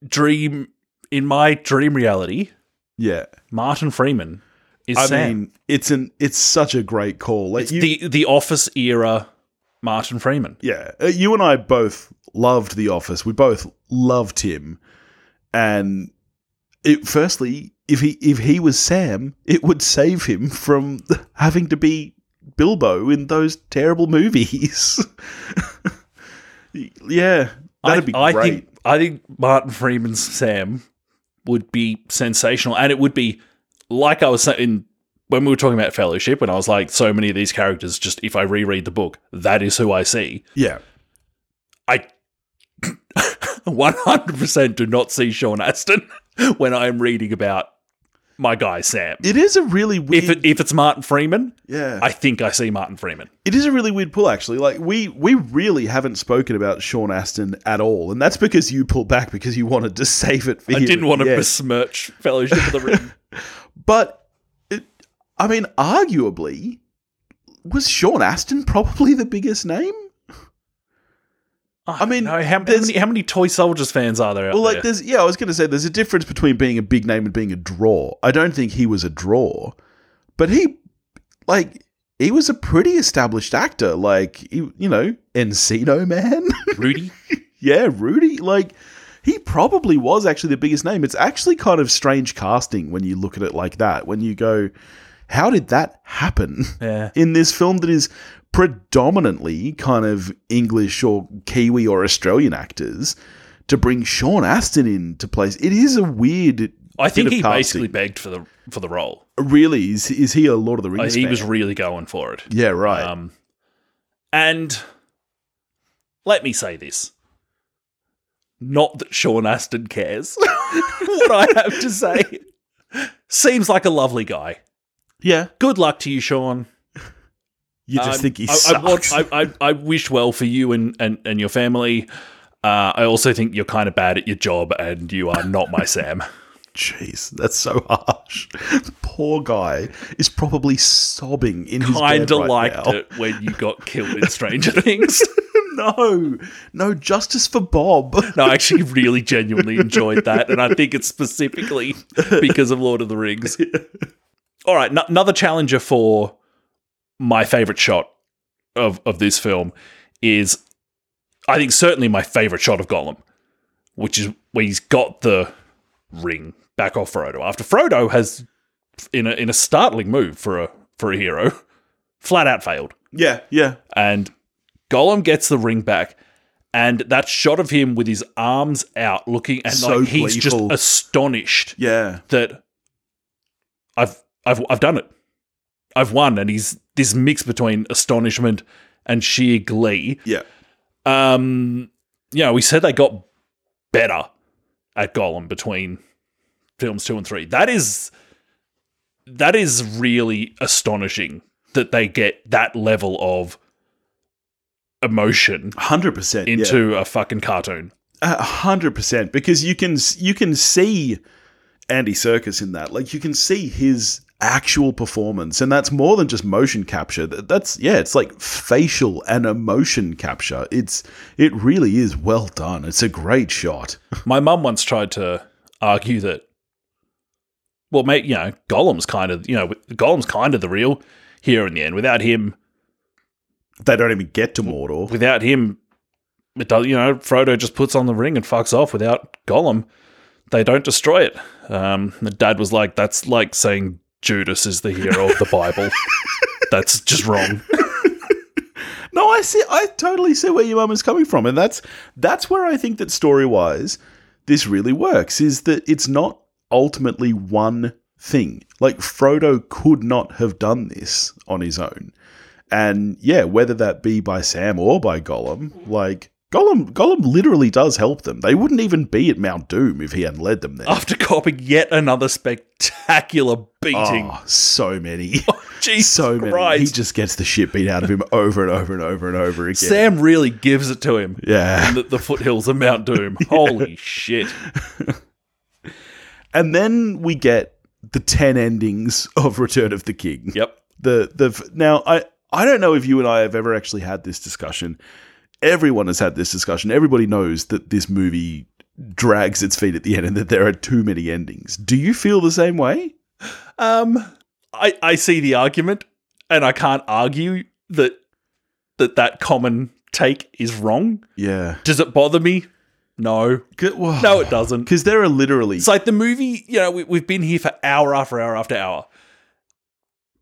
dream in my dream reality, yeah. Martin Freeman is I Sam. mean, it's an it's such a great call. Like you, the the Office era Martin Freeman. yeah, uh, you and I both loved The Office. We both loved him, and it. Firstly, if he if he was Sam, it would save him from having to be Bilbo in those terrible movies. yeah, that'd be I great. think I think Martin Freeman's Sam would be sensational, and it would be like I was saying when we were talking about Fellowship, and I was like, so many of these characters. Just if I reread the book, that is who I see. yeah, I one hundred percent do not see Sean Aston when I am reading about my guy Sam. it is a really weird. If it, if it's Martin Freeman, yeah, I think I see Martin Freeman. It is a really weird pull, actually. Like we we really haven't spoken about Sean Aston at all, and that's because you pulled back because you wanted to save it for I him. didn't want to Yeah. besmirch Fellowship of the Ring. but it, I mean, arguably, was Sean Aston probably the biggest name? I mean, mean, how, how there's- many how many Toy Soldiers fans are there? Out Well, like there? there's yeah, I was going to say there's a difference between being a big name and being a draw. I don't think he was a draw, but he like he was a pretty established actor. Like he, you know, Encino Man. Rudy. Yeah, Rudy. Like, he probably was actually the biggest name. It's actually kind of strange casting when you look at it like that. When you go, how did that happen Yeah. in this film that is predominantly kind of English or Kiwi or Australian actors to bring Sean Astin in to place? It is a weird. I think bit of he casting. basically begged for the for the role. really is. Is he a Lord of the Like, Rings? Oh, he fan? was really going for it. Yeah, right. Um, and let me say this: not that Sean Aston cares what I have to say. Seems like a lovely guy. yeah, Good luck to you, Sean. you just Um, think he I, sucks. I, want- I, I, I wish well for you and and, and your family. Uh, I also think you're kind of bad at your job, and you are not my Sam. Jeez, that's so harsh. Poor guy is probably sobbing in his bed Kinda right liked now. it when you got killed in Stranger Things. No, no justice for Bob. No, I actually really genuinely enjoyed that, and I think it's specifically because of Lord of the Rings. All right, n- another challenger for my favorite shot of of this film is, I think, certainly my favorite shot of Gollum, which is where he's got the ring back off Frodo after Frodo has, in a in a startling move for a for a hero, flat out failed Yeah, yeah, and Gollum gets the ring back. And that shot of him with his arms out, looking and So like he's gleeful. just astonished yeah, that I've I've I've done it. I've won, and he's this mix between astonishment and sheer glee. Yeah. Um, yeah, we said they got better at Gollum between films two and three. That is that is really astonishing that they get that level of emotion 100%. yeah. into a fucking cartoon. A hundred percent, because you can you can see Andy Circus in that. Like you can see his actual performance, and that's more than just motion capture. That- That's yeah, it's like facial and emotion capture. It's it really is well done. It's a great shot. My mum once tried to argue that, well, mate, you know, Gollum's kind of, you know, Gollum's kind of the real hero in the end. Without him, They don't even get to Mordor. without him, it does, you know, Frodo just puts on the ring and fucks off. Without Gollum, they don't destroy it. Um, the dad was like, that's like saying Judas is the hero of the Bible. That's just wrong. No, I see. I totally see where your mum is coming from, and that's that's where I think that story wise, this really works. Is that it's not ultimately one thing. Like Frodo could not have done this on his own, and yeah, whether that be by Sam or by Gollum, like. Gollum, Gollum literally does help them. They wouldn't even be at Mount Doom if he hadn't led them there. After copying yet another spectacular beating. Oh, so many. Jesus so many. Oh, Christ. He just gets the shit beat out of him over and over and over and over again. Sam really gives it to him. yeah. the, the foothills of Mount Doom. Holy shit. And then we get the 10 endings of Return of the King. Yep. The the now I I don't know if you and I have ever actually had this discussion. Everyone has had this discussion. Everybody knows that this movie drags its feet at the end and that there are too many endings. Do you feel the same way? Um I I see the argument and I can't argue that that that common take is wrong. Yeah. Does it bother me? No. No, it doesn't. Because there are literally It's like the movie, you know, we, we've been here for hour after hour after hour.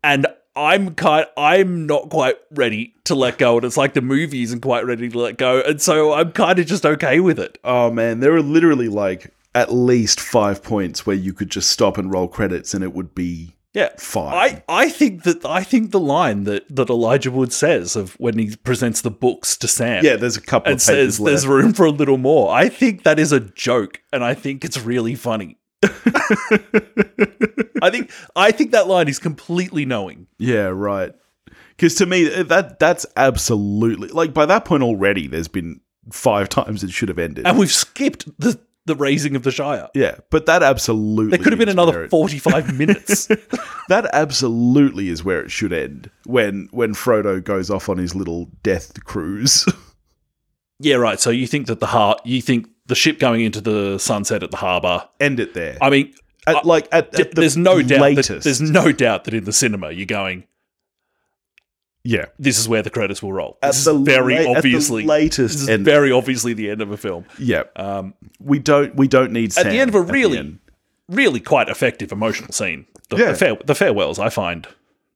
And I'm kind I'm not quite ready to let go. And it's like the movie isn't quite ready to let go. And so I'm kind of just okay with it. oh man, there are literally like at least five points where you could just stop and roll credits and it would be Yeah. fine. I, I think that I think the line that, that Elijah Wood says of when he presents the books to Sam yeah, there's a couple and of pages says left. there's room for a little more. I think that is a joke and I think it's really funny. I think I think that line is completely knowing. Yeah, right. Because to me, eh, that that's absolutely like by that point already, there's been five times it should have ended. And we've skipped the, the raising of the Shire. yeah, but that absolutely There could have been is where another it- forty five minutes. that absolutely is where it should end when when Frodo goes off on his little death cruise. yeah, right. So you think that the heart you think the ship going into the sunset at the harbour. end it there. I mean, At, like at, at the there's no doubt latest. that, there's no doubt that in the cinema you're going, yeah. this is where the credits will roll. At This the is very la- at the obviously latest This is end. very obviously the end of a film. yeah, Um, we don't we don't need at the Sam end of a the end. really, really quite effective emotional scene. The, Yeah. the, fare- the farewells I find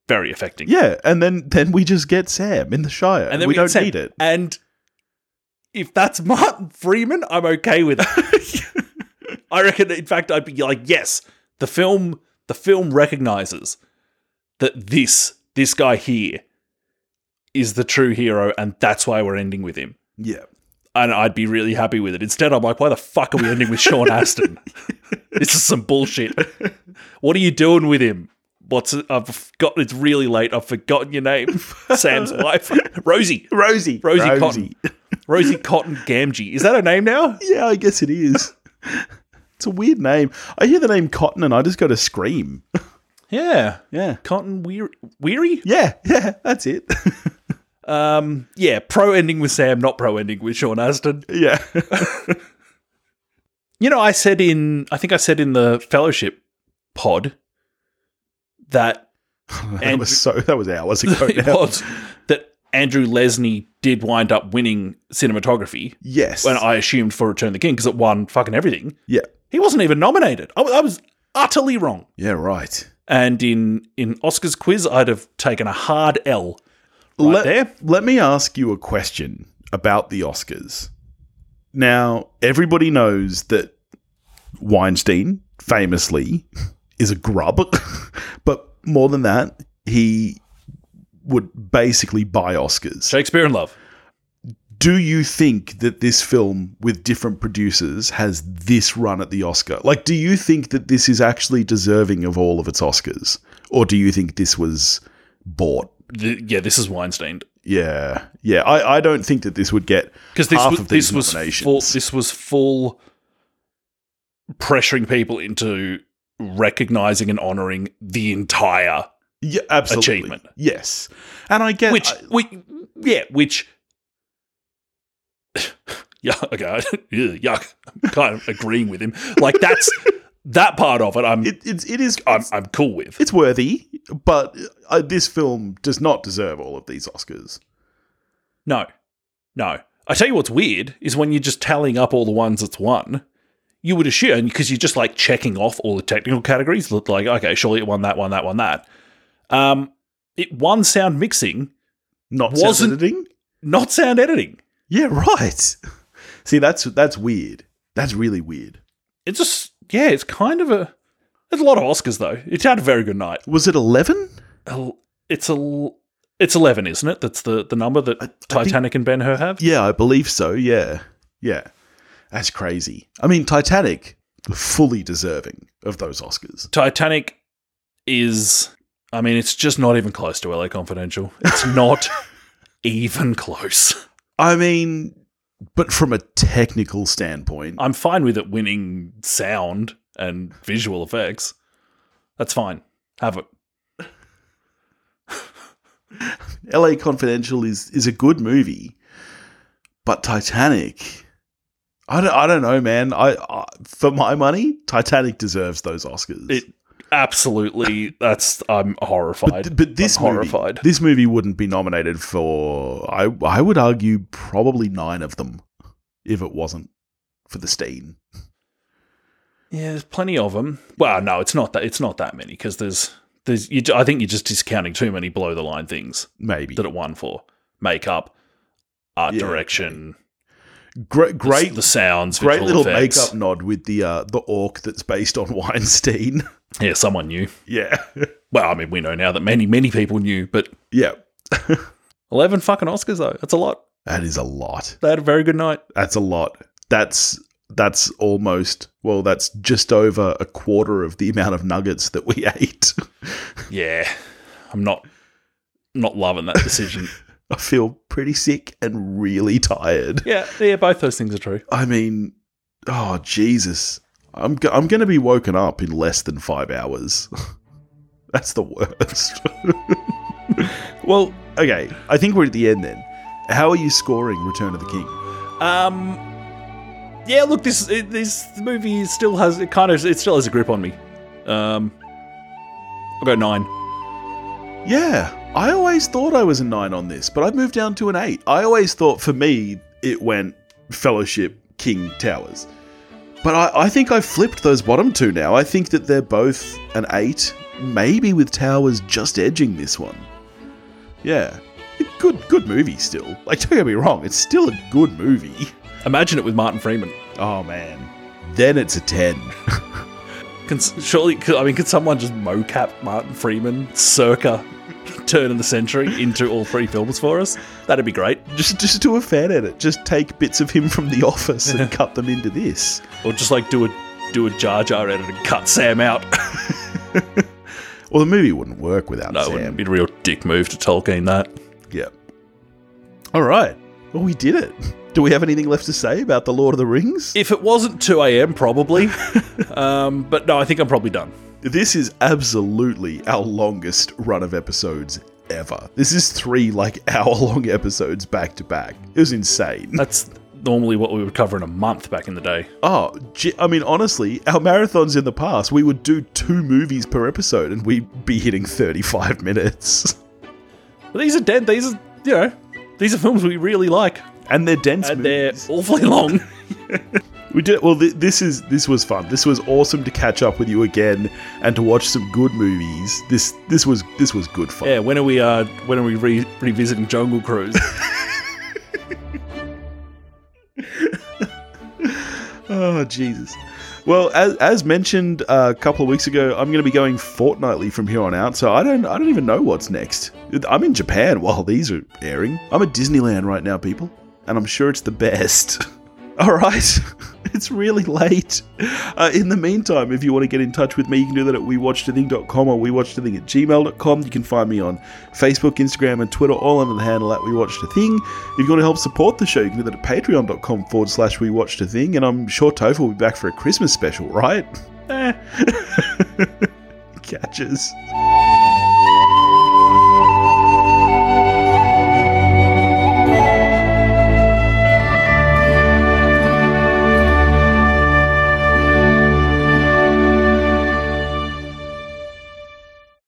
very affecting. yeah, and then then we just get Sam in the Shire, and then we, get don't Sam. need it. And if that's Martin Freeman, I'm okay with it. I reckon. In fact, I'd be like, yes, the film, the film recognizes that this this guy here is the true hero, and that's why we're ending with him. Yeah, and I'd be really happy with it. Instead, I'm like, why the fuck are we ending with Sean Aston? this is some bullshit. What are you doing with him? What's I've forgotten. It's really late. I've forgotten your name. Sam's wife, Rosie. Rosie, Rosie Cotton. Rosie Cotton Gamgee. Is that her name now? Yeah, I guess it is. it's a weird name. I hear the name Cotton and I just go to scream. Yeah. Yeah. Cotton Weary. Weary. Yeah, yeah, that's it. Um. Yeah. Pro ending with Sam, not pro ending with Sean Aston. yeah. You know, I said in. I think I said in the fellowship pod that that And- was so that was hours ago it now. was that Andrew Lesney did wind up winning cinematography, Yes. and I assumed for Return of the King because it won fucking everything. yeah. He wasn't even nominated. I, w- I was utterly wrong. Yeah, right. And in in Oscars quiz, I'd have taken a hard L. Right let, there. let me ask you a question about the Oscars. Now, everybody knows that Weinstein famously is a grub, but more than that, he would basically buy Oscars. Shakespeare in Love. Do you think that this film with different producers has this run at the Oscar? Like, do you think that this is actually deserving of all of its Oscars? Or do you think this was bought? Th- yeah, this is Weinstein Yeah. Yeah. I, I don't think that this would get because this half was of these this was full, nominations. this was full pressuring people into recognizing and honoring the entire yeah, absolutely. achievement. Yes. And I get which I- we yeah which yeah okay yeah, yuck I'm kind of agreeing with him like that's that part of it I'm it, it's it is I'm, I'm cool with it's worthy, but uh, this film does not deserve all of these Oscars. no no I tell you what's weird is when you're just tallying up all the ones that's won you would assume because you're just like checking off all the technical categories look like okay surely it won that one that one that um it won sound mixing Not Wasn't- sound editing. not sound editing Yeah, right. See, that's that's weird. That's really weird. it's just yeah it's kind of a there's a lot of Oscars though it had a very good night Was it eleven? el- it's a it's eleven, isn't it? That's the the number that I think- Titanic and Ben Hur have. Yeah, I believe so. Yeah, yeah. That's crazy. I mean, Titanic fully deserving of those Oscars. Titanic is, I mean, it's just not even close to LA Confidential. It's not even close. I mean, but from a technical standpoint, I'm fine with it winning sound and visual effects. That's fine. Have it. L.A. Confidential is is a good movie, but Titanic. I don't, I don't know, man. I, I for my money, Titanic deserves those Oscars. It absolutely. That's. I'm horrified. But, but this I'm movie, horrified. this movie wouldn't be nominated for. I I would argue probably nine of them, if it wasn't for the Steen. Yeah, there's plenty of them. Well, no, it's not that. It's not that many because there's there's. You, I think you're just discounting too many below the line things. Maybe that it won for makeup, art Yeah. direction, great, the- great, the sounds, great visual little effects. makeup nod with the uh, the orc that's based on Weinstein. Yeah, someone knew. yeah, Well, I mean, we know now that many, many people knew, but yeah, eleven fucking Oscars though. That's a lot. that is a lot. They had a very good night. That's a lot. That's that's almost well. That's just over a quarter of the amount of nuggets that we ate. Yeah, I'm not not loving that decision. I feel pretty sick and really tired. yeah, yeah, both those things are true. I mean, oh Jesus! I'm go- I'm going to be woken up in less than five hours. That's the worst. well, okay. I think we're at the end then. How are you scoring Return of the King? Um, yeah, look, this it, this movie still has it kind of it still has a grip on me. Um, I'll go nine. Yeah, I always thought I was a nine on this, but I've moved down to an eight. I always thought for me it went Fellowship King Towers. But I, I think I've flipped those bottom two now. I think that they're both an eight, maybe with Towers just edging this one. Yeah. Good good movie still. Like don't get me wrong, it's still a good movie. Imagine it with Martin Freeman. Oh man. Then it's a ten. Can, surely, could- I mean, could someone just mocap Martin Freeman circa turn of the century into all three films for us? That'd be great. Just just do a fan edit. Just take bits of him from the office and cut them into this. Or just like do a do a Jar Jar edit and cut Sam out. Well the movie wouldn't work without no, it Sam. wouldn't be a real dick move to Tolkien that. Yeah. All right. Well, we did it. Do we have anything left to say about the Lord of the Rings? If it wasn't 2 a.m., probably. um, but no, I think I'm probably done. this is absolutely our longest run of episodes ever. This is three like hour long episodes back to back. It was insane. That's normally what we would cover in a month back in the day. Oh, gee, I mean, honestly, our marathons in the past, we would do two movies per episode and we'd be hitting 35 minutes. But these are dead. These are you know, these are films we really like, And they're dense and they're movies. awfully long. We did well. Th- this is this was fun. This was awesome to catch up with you again and to watch some good movies. This this was this was good fun. yeah, when are we? Uh, when are we re- revisiting Jungle Cruise? Oh Jesus! Well, as, as mentioned uh, a couple of weeks ago, I'm going to be going fortnightly from here on out. So I don't I don't even know what's next. I'm in Japan while these are airing. I'm at Disneyland right now, people, and I'm sure it's the best. All right. It's really late. Uh, in the meantime, if you want to get in touch with me, you can do that at wewatchedathing.com or wewatchedathing at gmail.com. You can find me on Facebook, Instagram, and Twitter, all under the handle at wewatchedathing. If you want to help support the show, you can do that at patreon.com forward slash wewatchedathing. And I'm sure Topher will be back for a Christmas special, right? Eh. Catches.